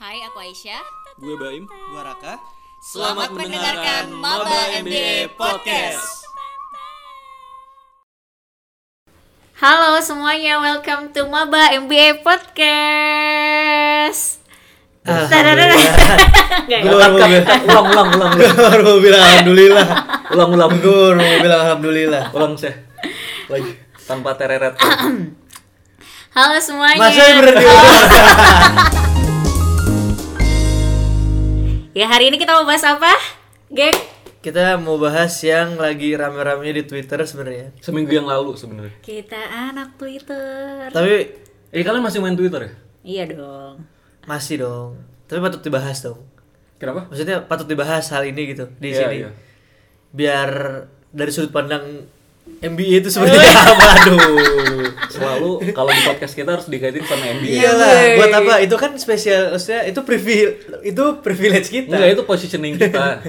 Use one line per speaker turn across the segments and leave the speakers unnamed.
Hai, aku Aisyah.
Gue Baim.
Gua Raka.
Selamat mendengarkan Maba MBA Podcast. Halo semuanya, welcome to Maba MBA Podcast. Nggak ya?
Gua baru mau bilang,
ulang ulang ulang
gua baru mau bilang alhamdulillah. Gua baru
ulang ulang
mau bilang alhamdulillah.
ulang sih
Lagi.
tanpa tereret
Halo semuanya. Oh.
Masa yang berarti
Ya hari ini kita mau bahas apa, geng?
kita mau bahas yang lagi rame-ramenya di Twitter sebenarnya.
seminggu yang lalu sebenarnya
Kita anak Twitter.
Tapi
eh kalian masih main twitter ya
Iya dong.
masih dong. Tapi patut dibahas dong.
kenapa
Maksudnya patut dibahas hal ini gitu di
Iya,
sini.
iya.
Biar dari sudut pandang MBA itu seperti apa
Iya.
aduh.
selalu kalau di podcast kita harus dikaitin sama NBA
Iya.
Iyalah, buat apa? Itu kan spesial, maksudnya itu privilege, itu privilege kita.
enggak itu positioning kita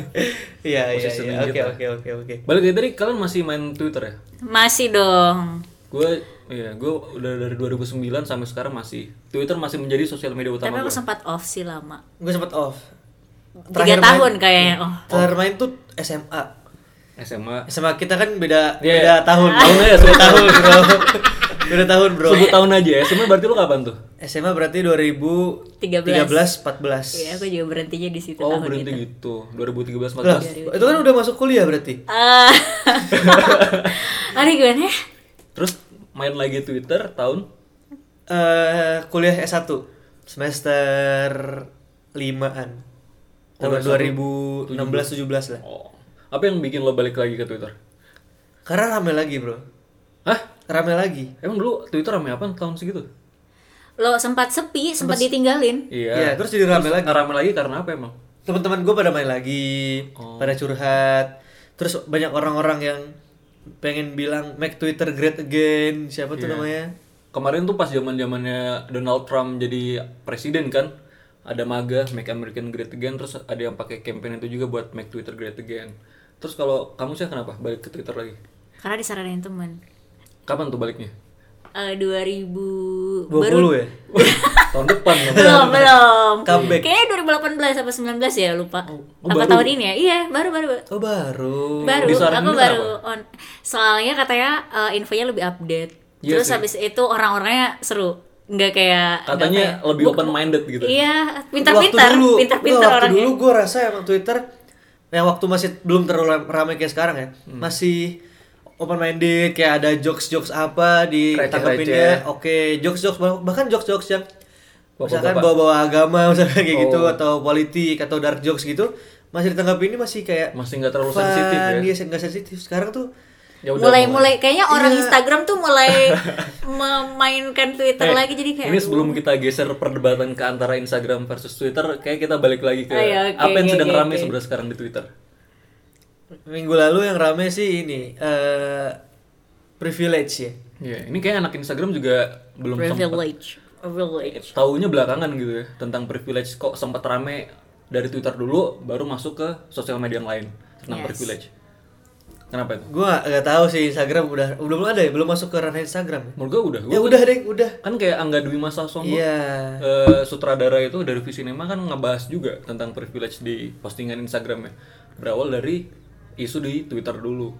Iya iya
Posisi
iya.
kita.
Oke oke oke oke.
balik lagi tadi kalian masih main twitter ya
Masih dong.
gue iya gue udah dari 2009 sampai sekarang masih twitter masih menjadi sosial media
Tapi
utama
aku
gue
sempat off sih lama.
Gue sempet off.
Tiga
Terakhir main- Iya.
tahun kayaknya. Oh.
Terakhir main tuh SMA.
SMA
SMA kita kan beda
Iya,
beda
iya.
tahun.
Ah.
Tahun aja,
beda
sebut
ya, tahun, Bro. beda tahun, Bro.
sebut tahun aja ya SMA berarti lu kapan tuh
SMA berarti 2013 14.
Iya, aku juga berhentinya di situ
oh
tahun
berhenti
itu.
gitu 2013
Lah,
14
itu kan udah masuk kuliah berarti.
Eh. Aduh gimana ya?
terus main lagi twitter tahun
Eh, kuliah S1 semester 5-an. Tahun 2016 17 lah.
oh apa yang bikin lo balik lagi ke twitter
Karena rame lagi, Bro.
Hah?
Rame lagi.
Emang dulu Twitter rame apa tahun segitu?
Lo sempat sepi, sempat ditinggalin.
Iya, terus jadi rame lagi.
Rame lagi karena apa emang?
teman-teman gue pada main lagi, pada curhat. Terus banyak orang-orang yang pengen bilang make Twitter great again. Siapa tuh namanya?
Kemarin tuh pas zaman zamannya Donald Trump jadi presiden kan, ada MAGA, Make American Great Again, terus ada yang pakai campaign itu juga buat Make Twitter Great Again. Terus kalau kamu sih kenapa balik ke Twitter lagi?
Karena disaranin teman.
Kapan tuh baliknya?
Eh 2000
20
baru
ya?
tahun depan dong.
belum belum
Comeback.
kayaknya 2018 apa 19 ya lupa
oh,
apa
baru.
tahun ini ya iya baru baru baru.
Oh baru.
baru
disaranin
aku
itu
baru on soalnya katanya eh, infonya lebih update
Iya
terus
sih.
habis itu orang-orangnya seru nggak kayak nggak
Katanya
ya?
kayak-
lebih open minded gitu.
iya
Waktu
pintar-pintar
dulu,
pintar-pintar
waktu
orangnya
dulu gue rasa emang Twitter yang waktu masih belum terlalu ramai kayak sekarang ya,
Hmm.
masih open minded kayak ada jokes jokes apa di
Receh-receh.
tanggapinnya. Oke, jokes jokes bahkan jokes jokes yang misalkan
Bapak-bapak.
bawa-bawa agama misalkan kayak gitu
Oh.
atau politik atau dark jokes gitu masih ditanggapinnya masih kayak
Masih nggak terlalu
fun,
sensitif ya.
Iya, nggak sensitif. Sekarang tuh
Ya udah,
mulai mulai kayaknya orang
Iya.
Instagram tuh mulai memainkan Twitter
Eh,
lagi jadi kayak
ini sebelum kita geser perdebatan ke antara Instagram versus Twitter, kayak kita balik lagi
Oh,
ke
iya, oke,
apa yang
oke,
sedang
oke,
ramai
oke.
sebenarnya sekarang di Twitter.
minggu lalu yang rame sih ini eh privilege ya.
Iya, ini kayak anak Instagram juga belum sempat
privilege privilege
taunya belakangan gitu ya tentang privilege kok sempat rame dari Twitter dulu baru masuk ke sosial media yang lain tentang
Yes.
privilege. Kenapa itu?
Gua nggak tahu sih Instagram udah belum ada ya, belum masuk ke ranah Instagram.
Menurut gue udah,
Ya
Gua-
udah deh, udah.
kan kayak Angga Dwi Masa Songo
Iya.
eh, sutradara itu dari Visinema kan ngebahas juga tentang privilege di postingan Instagramnya berawal dari isu di Twitter dulu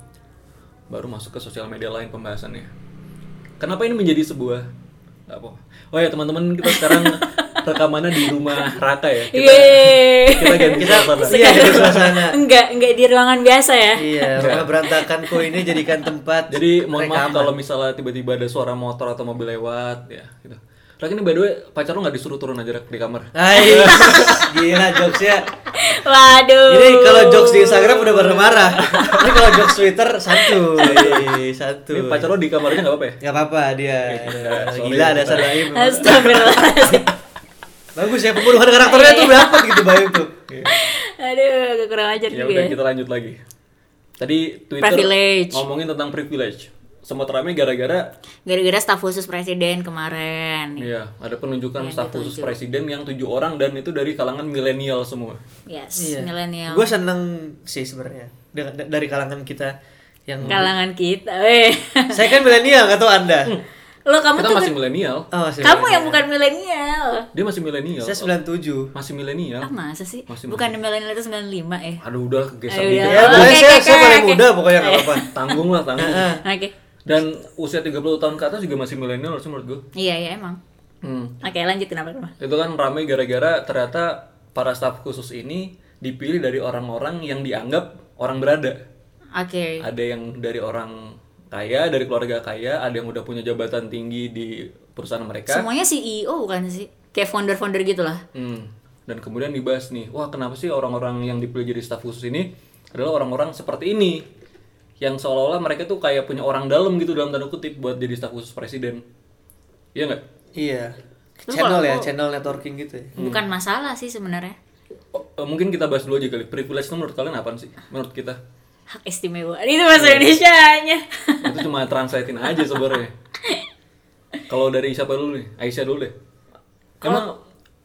baru masuk ke sosial media lain pembahasannya kenapa ini menjadi sebuah nggak apa oh ya teman-teman kita sekarang rekamannya di rumah Raka ya kita
Yeay.
kita ganti server lah.
Iya, jadi suasana.
Enggak, enggak di ruangan biasa ya.
Iya, rumah berantakanku ini jadikan tempat
jadi mohon maaf
rekaman.
kalau misalnya tiba-tiba ada suara motor atau mobil lewat ya gitu Raka ini by the way pacar lo nggak disuruh turun aja Rak, di kamar
Hai, gila jokesnya.
Waduh.
Jadi kalau jokes di Instagram udah marah-marah. Ini kalau jokes Twitter santuy, santuy.
ini pacar lo di kamarnya nggak apa-apa ya
Gak apa-apa dia.
Sorry.
Gila ada Baim.
Astagfirullahaladzim.
Bagus ya pembunuhan karakternya tuh berapa gitu Baim tuh.
Aduh, agak kurang ajar
Iya.
ya
juga
udah
ya.
kita lanjut lagi tadi Twitter
Privilege.
ngomongin tentang privilege sempat rame gara-gara
Gara-gara staf khusus presiden kemarin.
Iya.
ya ada penunjukan staf khusus presiden yang tujuh orang dan itu dari kalangan milenial semua
Yes,
Iya.
milenial.
Gue seneng sih sebenarnya dengan- da- dari kalangan kita yang
Kalangan kita. Eh.
saya kan milenial gak tau anda.
Lo kamu
Kita
tuh
masih
gen-
milenial.
Oh, masih
Hmm. kamu
milenial.
yang bukan milenial.
Dia masih milenial.
Saya 97.
Masih milenial.
Ah masa sih?
Masih
Bukan milenial itu 95 ya?
Aduh udah kegeser
Ayo,
dikit.
udah.
Ya,
Oke,
boleh
oke,
saya, saya
oke,
paling
oke. Iya.
muda pokoknya enggak apa-apa.
Tanggung lah tanggung.
Oke.
Dan usia 30 tahun ke atas juga masih milenial sih menurut gue.
Iya, iya emang.
Hmm.
Oke, lanjut kenapa kenapa?
Itu kan ramai gara-gara ternyata para staf khusus ini dipilih dari orang-orang yang dianggap orang berada.
Oke.
Ada yang dari orang kaya, dari keluarga kaya, ada yang udah punya jabatan tinggi di perusahaan mereka.
Semuanya CEO bukan kan sih? Kayak founder-founder gitu lah.
Hmm. Dan kemudian dibahas nih, wah kenapa sih orang-orang yang dipilih jadi staf khusus ini adalah orang-orang seperti ini yang seolah-olah mereka tuh kayak punya orang dalam gitu dalam tanda kutip buat jadi staf khusus presiden. Iya nggak?
Iya.
Terus kalau
Channel ya,
aku-
channel networking gitu ya.
Bukan masalah sih sebenarnya.
Oh, eh, mungkin kita bahas dulu aja kali. Privilege itu menurut kalian apaan sih? Menurut kita
Hak istimewa. Itu bahasa Indonesia-nya.
itu cuma translatein aja sebenarnya. Kalau dari siapa dulu nih? Aisyah dulu deh. Emang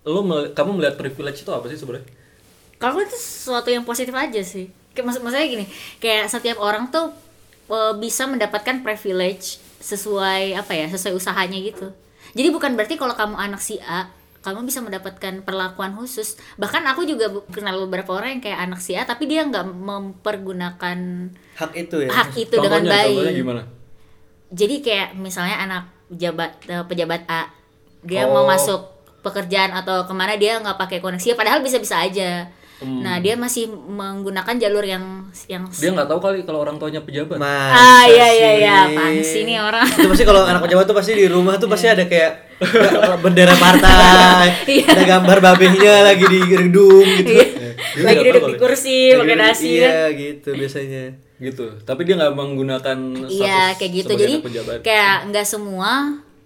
lo mel- kamu melihat privilege itu apa sih sebenarnya?
Kalau aku itu sesuatu yang positif aja sih. Kayak maksud maksudnya gini, kayak setiap orang tuh eh, bisa mendapatkan privilege sesuai apa ya, sesuai usahanya gitu. Jadi bukan berarti kalau kamu anak si A, kamu bisa mendapatkan perlakuan khusus. Bahkan aku juga bu- kenal beberapa orang yang kayak anak si A tapi dia nggak mempergunakan
Hak itu ya.
hak itu dengan
Iya. Contohnya-
baik.
Contohnya gimana?
Jadi kayak misalnya anak pejabat eh, pejabat A dia
Oh.
mau masuk pekerjaan atau kemana dia nggak pakai koneksi padahal bisa-bisa aja. Nah dia masih menggunakan jalur yang yang
Hmm. Dia nggak tahu kali kalau orang tuanya pejabat.
Masa
ah iya iya
sih?
iya apaan sih nih orang
Itu pasti kalau anak pejabat tuh pasti di rumah tuh pasti ada kayak eh, bendera partai,
Iya.
ada gambar babehnya lagi di gedung gitu.
Dia
lagi
nggak tahu
duduk di
kali.
kursi pakai nasi kan.
Iya, gitu biasanya.
gitu tapi dia nggak menggunakan
Iya
status
kayak gitu
sebagai
jadi
anak pejabat.
kayak nggak semua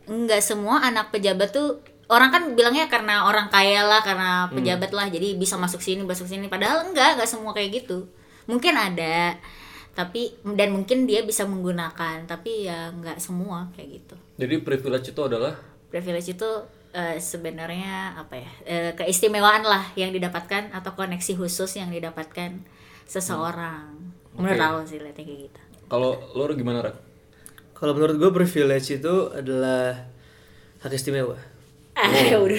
nggak semua anak pejabat tuh orang kan bilangnya karena orang kaya lah karena
Hmm.
pejabat lah jadi bisa masuk sini masuk sini padahal enggak nggak semua kayak gitu mungkin ada tapi dan mungkin dia bisa menggunakan tapi ya nggak semua kayak gitu
jadi privilege itu adalah
privilege itu eh, sebenarnya apa ya eh, keistimewaan lah yang didapatkan atau koneksi khusus yang didapatkan seseorang
Hmm.
menurut
Oke.
aku sih lihatnya kayak gitu
kalau lo gimana rak
Kalau menurut gue privilege itu adalah hak istimewa. Oh.
ah, ya udah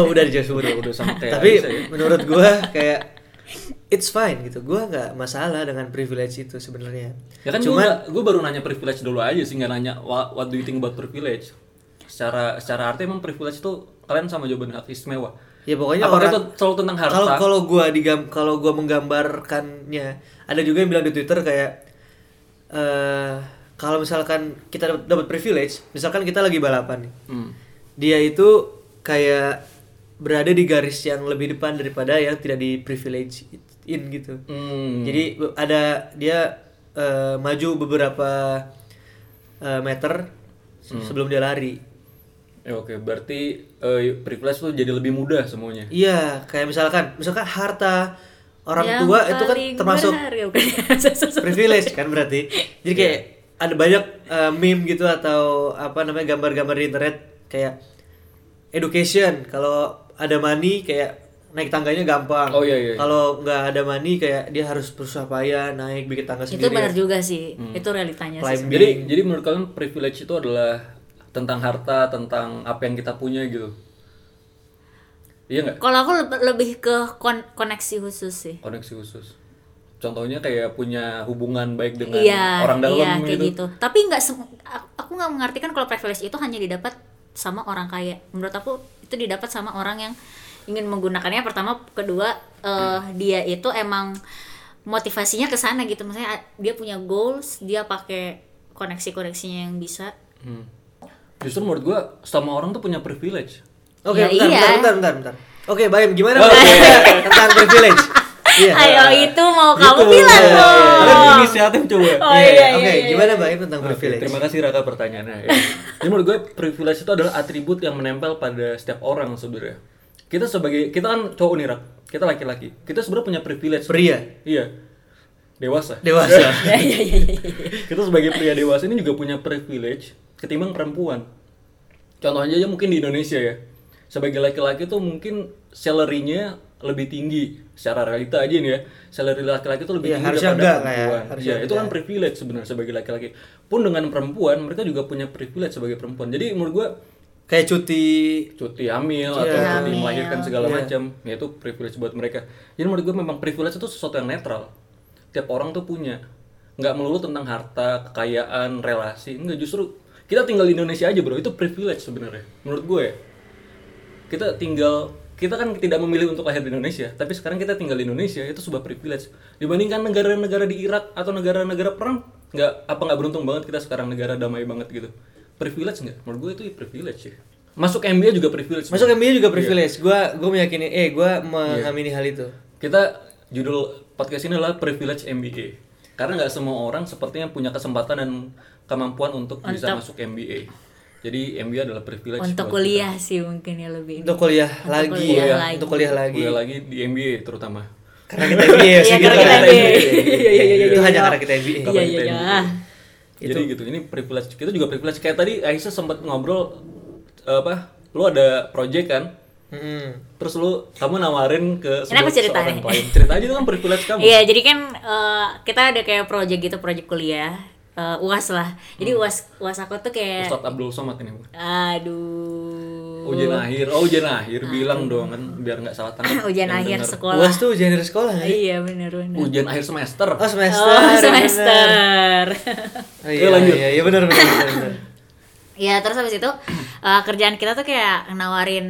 Wow, udah dijawab semua dong.
udah sama kayak
Tapi
Aisyah ya.
menurut gue kayak it's fine gitu. Gue nggak masalah dengan privilege itu sebenarnya.
ya kan
Cuman
gue baru nanya privilege dulu aja sih nggak nanya "Wha- what do you think about privilege secara secara arti emang privilege itu kalian sama jawaban hak istimewa
ya pokoknya
Apakah
orang
itu selalu tentang harta?
Kalau kalau gue digam kalau gua menggambarkannya ada juga yang bilang di Twitter kayak eh kalau misalkan kita dapat- dapat privilege, misalkan kita lagi balapan nih.
Hmm.
dia itu kayak berada di garis yang lebih depan daripada yang tidak di privilege in gitu.
Hmm.
Jadi be- ada dia eh, maju beberapa eh, meter se-
Hmm.
sebelum dia lari.
Ya, oke berarti eh, privilege tuh jadi lebih mudah semuanya
Iya, kayak misalkan misalkan harta orang
Yang
tua itu kan
paling ya
termasuk
berharga, bukan?
privilege kan berarti. Jadi
Iya.
kayak ada banyak eh, meme gitu atau apa namanya gambar-gambar di internet kayak education kalau ada money kayak naik tangganya gampang.
Oh, iya, iya, iya.
Kalau nggak ada money kayak dia harus berusaha payah naik bikin tangga
itu
sendiri. ya? Hmm.
benar juga sih itu realitanya sih
Climbing.
jadi jadi menurut kalian privilege itu adalah tentang harta tentang apa yang kita punya gitu iya nggak
kalau aku leb- lebih ke kon- koneksi khusus sih
koneksi khusus contohnya kayak punya hubungan baik dengan
iya
orang dalam
iya kayak gitu
gitu.
tapi nggak sem- aku- aku nggak mengartikan kalau privilege itu hanya didapat sama orang kaya menurut aku itu didapat sama orang yang ingin menggunakannya pertama kedua eh, dia itu emang motivasinya ke sana gitu misalnya a- dia punya goals dia pakai koneksi-koneksinya yang bisa
Hmm. justru menurut gua sama orang tuh punya privilege
Oke,
Ya, iya.
bentar, bentar, bentar, bentar, bentar. Oke, Bayem, gimana
Oke.
menurut- tentang privilege? Iya.
ayo itu mau kamu
Gitu.
bilang
Iya,
dong.
iya,
Kalian inisiatif coba
Oh,
Iya,
iya,
Oke,
iya, iya,
gimana Bayem tentang
Oke,
privilege?
terima kasih Raka pertanyaannya. ya. Jadi menurut gue privilege itu adalah atribut yang menempel pada setiap orang sebenarnya. Kita sebagai kita kan cowok nih Rak, kita laki-laki. Kita sebenarnya punya privilege.
Pria.
Iya. Dewasa.
Dewasa.
kita sebagai pria dewasa ini juga punya privilege ketimbang perempuan. Contohnya aja mungkin di Indonesia ya. Sebagai laki-laki tuh mungkin salary-nya lebih tinggi secara realita aja nih ya salary laki-laki itu
Iya,
lebih tinggi
harusnya
daripada
enggak lah ya,
perempuan
harusnya
Iya, itu kan privilege sebenarnya sebagai laki-laki pun dengan perempuan mereka juga punya privilege sebagai perempuan jadi menurut gua
kayak cuti
cuti hamil atau
Iya.
cuti
Hamil.
melahirkan segala macam ya itu privilege buat mereka jadi menurut gue memang privilege itu sesuatu yang netral tiap orang tuh punya nggak melulu tentang harta kekayaan relasi enggak justru kita tinggal di Indonesia aja bro itu privilege sebenarnya menurut gue ya. kita tinggal kita kan tidak memilih untuk lahir di Indonesia tapi sekarang kita tinggal di Indonesia itu sebuah privilege dibandingkan negara-negara di Irak atau negara-negara perang nggak apa nggak beruntung banget kita sekarang negara damai banget gitu privilege nggak menurut gue itu privilege ya. masuk MBA juga privilege
masuk MBA
Iya.
juga privilege gua gue meyakini eh gua mengamini hal itu
kita judul podcast ini adalah privilege MBA karena nggak semua orang sepertinya punya kesempatan dan kemampuan untuk bisa masuk MBA jadi MBA adalah privilege
untuk
buat kita.
kuliah sih mungkin ya lebih
untuk kuliah lagi
kuliah
ya
lagi.
untuk kuliah lagi
kuliah lagi di MBA terutama
karena kita MBA ya
Iya,
segitu
karena kita
lah.
MBA.
Iya, iya, iya, itu hanya karena kita
iya
MBA
iya
kita
iya
jadi gitu ini privilege kita juga privilege kayak tadi Aisyah sempat ngobrol apa lu ada project kan
Mm-mm.
terus lu kamu nawarin ke
Ini aku
sebuah-
ceritain.
seorang klien cerita aja itu kan privilege kamu
Iya, jadi kan eh, kita ada kayak project gitu, project kuliah eh, UAS lah. Jadi UAS UAS aku tuh kayak
Ustadz Abdul Somad ini
aduh.
ujian akhir oh ujian akhir bilang dong kan biar nggak salah tangkap
Ujian
yang
akhir
denger.
sekolah.
UAS tuh ujian dari sekolah kan?
Iya, bener bener.
ujian akhir semester
Oh semester.
Oh,
bener.
semester.
Oh,
Oke,
iya,
lanjut.
iya, iya benar benar. benar, benar.
ya, terus habis itu eh, kerjaan kita tuh kayak nawarin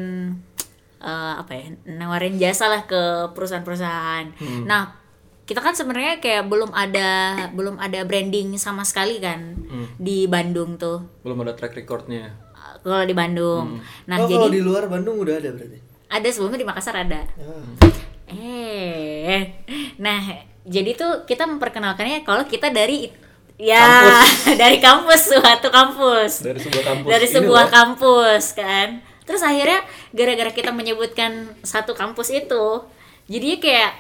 eh, apa ya? Nawarin jasa lah ke perusahaan-perusahaan. Nah, kita kan sebenarnya kayak belum ada belum ada branding sama sekali kan di Bandung tuh.
belum ada track recordnya
kalau di
Hmm.
Bandung. Nah,
oh
jadi
kalau di luar Bandung udah ada berarti.
ada sebelumnya di Makassar ada.
Oh.
Eh. Nah, jadi tuh kita memperkenalkannya kalau kita dari it- ya dari kampus suatu kampus.
dari sebuah kampus
Dari
ini
sebuah
loh.
kampus kan. Terus akhirnya gara-gara kita menyebutkan satu kampus itu, jadinya kayak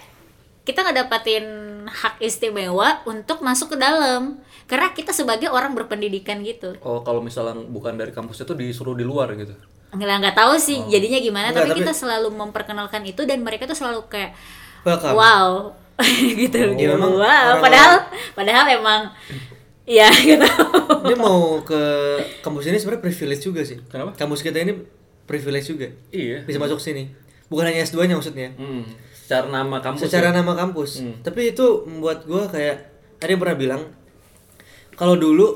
kita ngedapatin hak istimewa untuk masuk ke dalam karena kita sebagai orang berpendidikan gitu.
oh kalau misalnya bukan dari kampus itu disuruh di luar gitu
nggak nggak tahu sih jadinya gimana
Oh.
tapi,
Nggak, tapi-
kita selalu memperkenalkan itu dan mereka tuh selalu kayak
Welcome.
wow gitu
Ya, memang
wow
orang-orang-
padahal padahal emang ya gitu
Dia mau ke kampus ini sebenarnya privilege juga sih.
Kenapa?
Kampus kita ini privilege juga.
iya
Bisa masuk sini. Bukan hanya S2-nya maksudnya.
Hmm, secara nama kampus
Secara
ya?
nama kampus. Tapi itu membuat gua kayak ada yang pernah bilang kalau dulu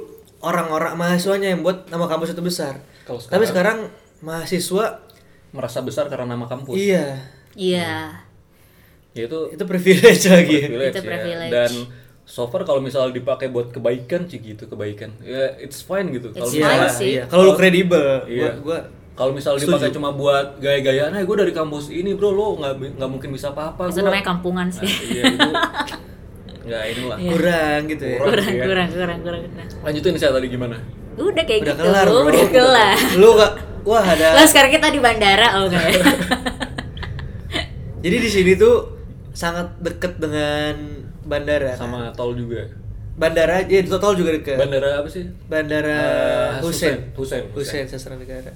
orang-orang mahasiswanya yang buat nama kampus itu besar.
Kalau
Tapi sekarang mahasiswa
merasa besar karena nama kampus
iya,
iya
yaitu
itu privilege lagi.
privilege,
Itu
ya.
privilege.
dan so far kalau misalnya dipakai buat kebaikan sih gitu kebaikan ya it's fine gitu kalau
It's fine
misalnya
Iya,
sih.
iya. Kalau lu kredibel,
Iya.
gua, gua
kalau misalnya dipakai cuma buat gaya-gayaan, nah gue dari kampus ini bro, lo nggak nggak mungkin bisa
Hmm.
apa-apa.
itu
gua."
namanya kampungan
Nah,
sih
Ah,
iya itu nggak ini lah.
Iya.
kurang gitu ya.
Kurang,
kurang
ya.
kurang kurang kurang nah,
Lanjutin saya tadi gimana?
udah kayak
Udah
gitu
kelar, bro.
udah kelar
Lu gak, wah ada.
lalu sekarang kita di bandara oh enggak ya
Jadi di sini tuh sangat deket dengan bandara.
Sama tol juga.
Bandara, ya di tol juga deket.
Bandara apa sih?
bandara
Eh,
Hussein.
Hussein,
Hussein,
Hussein.
sastra negara.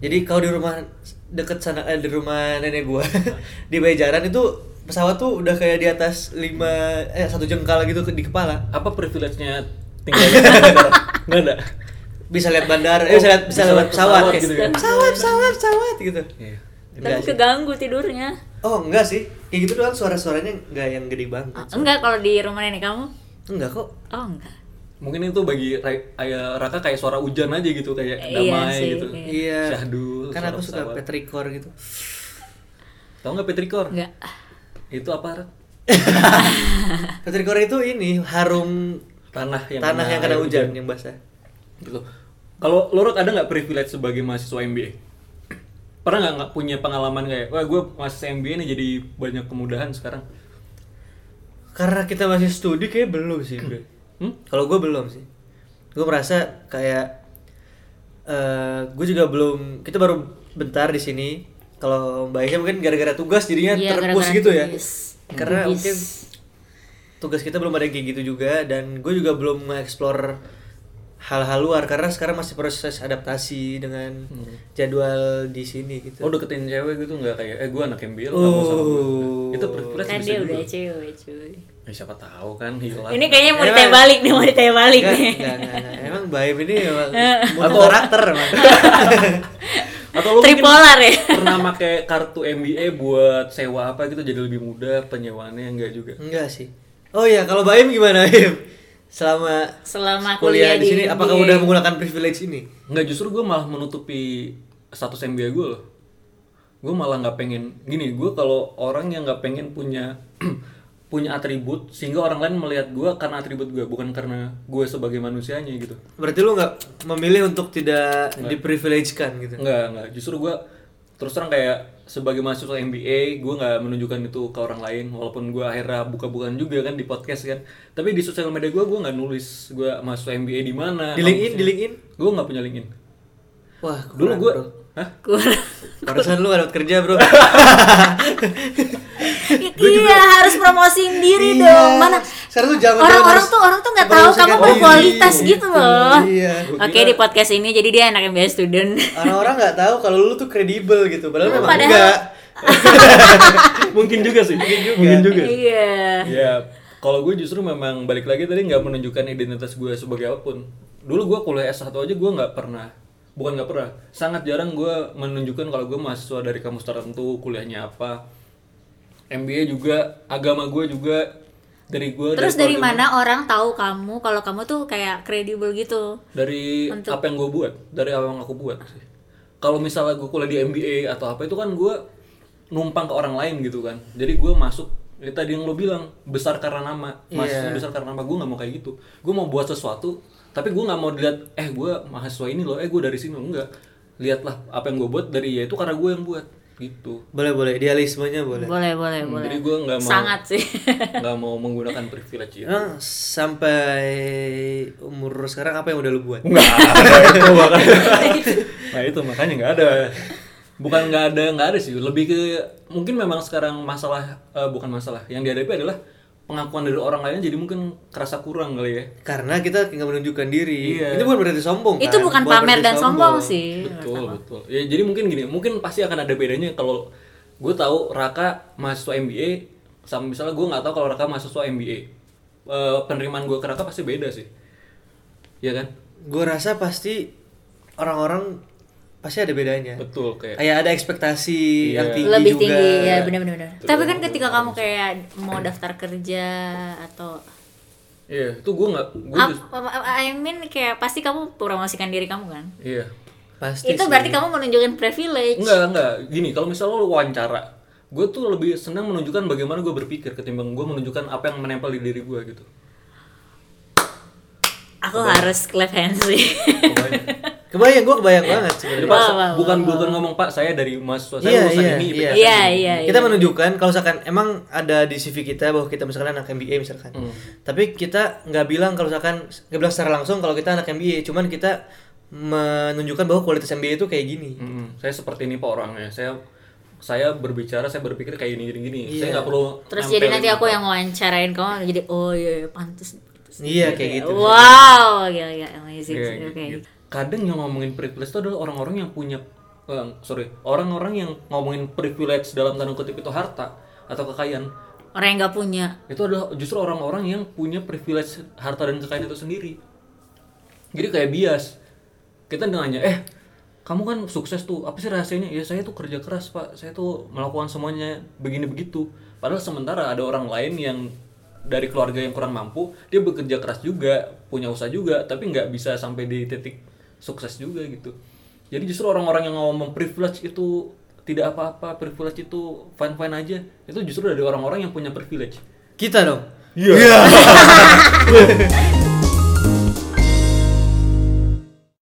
Jadi kalau di rumah deket sana, eh, di rumah nenek gua di Bajaran itu pesawat tuh udah kayak di atas lima eh satu jengkal gitu ke- di kepala
Apa privilege-nya tinggal di bandara? Nggak ada.
bisa lihat bandara eh, bisa lihat bisa
Oh, bisa
lewat pesawat,
lihat pesawat
kayak,
gitu ya.
pesawat pesawat pesawat gitu
Iya.
tapi keganggu tidurnya
oh enggak sih kayak gitu doang suara-suaranya enggak yang gede banget
Oh, enggak kalau di rumah nenek kamu
enggak kok
oh enggak
Mungkin itu bagi Ra- Ayah Raka kayak suara hujan aja gitu, kayak
Iya
damai
sih,
gitu.
iya.
Iya.
Syahdu.
Kan
suara
aku suka
pesawat.
petrikor gitu.
Tahu nggak petrikor?
enggak
Itu apa? Ra?
Petrikor itu ini harum
Tanah Ah, yang
tanah yang kena
air
hujan, yang basah.
gitu. Kalau lo Rod, ada nggak privilege sebagai mahasiswa MBA? Pernah nggak nggak punya pengalaman kayak, wah gue mahasiswa MBA nih jadi banyak kemudahan sekarang.
Karena kita masih studi kayak belum sih, Bre.
Hmm?
Kalau gue belum sih. Gue merasa kayak eh gue juga belum kita baru bentar di sini. Kalau Mbak Aisyah mungkin gara-gara tugas jadinya
Iya,
terpus
gara-gara
gitu ya.
tugas.
Karena
Tugas.
mungkin tugas kita belum ada yang kayak gitu juga dan gue juga belum mengeksplor hal-hal luar karena sekarang masih proses adaptasi dengan
Hmm.
jadwal di sini gitu.
Oh deketin cewek gitu nggak kayak eh gue anak MBL
Oh.
kamu sama gue. Itu privilege
kan
bisa
dia
juga.
udah cewek cuy
Ya, siapa tahu kan hilang.
ini kayaknya mau
Emang-
ditanya balik nih mau ditanya balik
Enggak,
nih
enggak, enggak, enggak. Emang Baim ini emang
Atau-
butuh karakter emang.
Atau lu mungkin
tripolar ya
pernah pakai kartu MBA buat sewa apa gitu jadi lebih mudah penyewaannya enggak juga.
Enggak sih. Oh iya, kalau Baim gimana Baim? Selama
selama
kuliah di sini apakah udah
MBA.
menggunakan privilege ini?
Nggak justru gue malah menutupi status MBA gue loh. Gue malah nggak pengen gini. Gue kalau orang yang nggak pengen punya punya atribut sehingga orang lain melihat gue karena atribut gue bukan karena gue sebagai manusianya gitu.
Berarti lu nggak memilih untuk tidak diprivilegekan gitu.
Nggak nggak. Justru gue terus terang kayak sebagai mahasiswa MBA gue nggak menunjukkan itu ke orang lain walaupun gue akhirnya buka-bukaan juga kan di podcast kan. Tapi di sosial media gue gue nggak nulis gue mahasiswa MBA di mana.
Di LinkedIn, di LinkedIn.
Gue nggak punya LinkedIn.
Wah,
Dulu
kurang,
gue,
bro.
hah?
Kurang.
Barusan lu nggak dapat kerja, Bro.
iya harus promosiin diri
Iya.
dong mana
Sekarang tuh zaman
orang-orang tuh orang tuh nggak tahu kamu berkualitas gitu loh
Iya.
oke di podcast ini jadi dia anak MBA student
Orang-orang nggak tahu kalau lu tuh kredibel gitu, padahal memang
Iya. padahal-
enggak.
mungkin juga sih mungkin juga, mungkin juga.
iya
ya kalau gue justru memang balik lagi tadi nggak menunjukkan identitas gue sebagai apapun dulu gue kuliah S1 aja gue nggak pernah bukan nggak pernah sangat jarang gue menunjukkan kalau gue mahasiswa dari kampus tertentu kuliahnya apa MBA juga agama gue juga dari gue
terus dari
keluarga
mana orang tahu kamu kalau kamu tuh kayak kredibel gitu
gue. dari apa yang gue buat dari apa yang aku buat sih kalau misalnya gue kuliah di MBA atau apa itu kan gue numpang ke orang lain gitu kan jadi gue masuk ya tadi yang lo bilang besar karena nama mahasiswa besar karena nama gue nggak mau kayak gitu gue mau buat sesuatu tapi gue nggak mau dilihat eh gue mahasiswa ini loh eh gue dari sini enggak lihatlah apa yang gue buat dari ya itu karena gue yang buat gitu
Boleh, boleh. Idealismenya boleh. Hmm,
boleh boleh boleh
jadi gue nggak mau
sangat sih
nggak mau menggunakan privilege ya. itu
Emang sampai umur sekarang apa yang udah lu buat?
Nggak ada itu makanya. nah itu makanya nggak ada. Bukan nggak ada nggak ada sih. Lebih ke mungkin memang sekarang masalah eh, bukan masalah. Yang dihadapi adalah pengakuan dari orang lain jadi mungkin kerasa kurang kali ya.
Karena kita nggak menunjukkan diri.
Iya.
Itu bukan berarti sombong.
itu
kan?
bukan pamer dan sombong, sih
Betul betul. Ya jadi mungkin gini. Mungkin pasti akan ada bedanya kalau gue tahu Raka mahasiswa MBA sama misalnya gue nggak tahu kalau Raka mahasiswa MBA. Eh, penerimaan gue ke Raka pasti beda sih. Iya kan?
Gue rasa pasti orang-orang pasti ada bedanya.
Betul Iya. kayak
Kayak ada ekspektasi yang tinggi
lebih
juga.
tinggi ya benar-benar tapi kan ketika kamu kayak mau daftar kerja atau
Iya, itu gue nggak gue
Ap-
just-
I mean kayak pasti kamu promosikan diri kamu kan
iya.
Pasti.
itu berarti kamu menunjukkan privilege
Enggak, enggak. Gini, kalau misalnya lo wawancara, gue tuh lebih senang menunjukkan bagaimana gue berpikir ketimbang gue menunjukkan apa yang menempel di diri gue gitu.
aku harus clap hands sih
Pokoknya.
Kebayang gue kebayang banget
Jadi,
sebenarnya.
Pak,
Wah, wah,
bukan bukan ngomong Pak, saya dari mahasiswa Iya. saya
Iya,
lulusan
iya,
ini. gitu.
iya.
IPK."
iya iya
kita menunjukkan kalau misalkan emang ada di CV kita bahwa kita misalkan anak MBA misalkan.
Hmm.
Tapi kita nggak bilang kalau misalkan nggak bilang secara langsung kalau kita anak MBA, cuman kita menunjukkan bahwa kualitas MBA itu kayak gini.
Mm-mm. Saya seperti ini Pak orangnya. Saya saya berbicara, saya berpikir kayak ini gini gini. Saya
Iya.
nggak perlu.
terus jadi
nempelin
nanti aku
apa.
yang wawancarain kamu jadi oh iya iya, pantas
Iya kayak gitu.
oh. wow gila gila amazing
Iya,
sih,
gitu,
oke
gitu. Kadang yang ngomongin privilege itu adalah orang-orang yang punya eh, sorry, orang-orang yang ngomongin privilege dalam tanda kutip itu harta atau kekayaan
orang yang nggak punya
itu adalah justru orang-orang yang punya privilege harta dan kekayaan itu sendiri jadi kayak bias kita nanya eh kamu kan sukses tuh apa sih rahasianya ya saya tuh kerja keras pak saya tuh melakukan semuanya begini begitu padahal sementara ada orang lain yang dari keluarga yang kurang mampu dia bekerja keras juga punya usaha juga tapi nggak bisa sampai di titik sukses juga gitu jadi justru orang-orang yang ngomong privilege itu tidak apa-apa privilege itu fine fine aja itu justru dari orang-orang yang punya privilege
Kita dong.
Iya.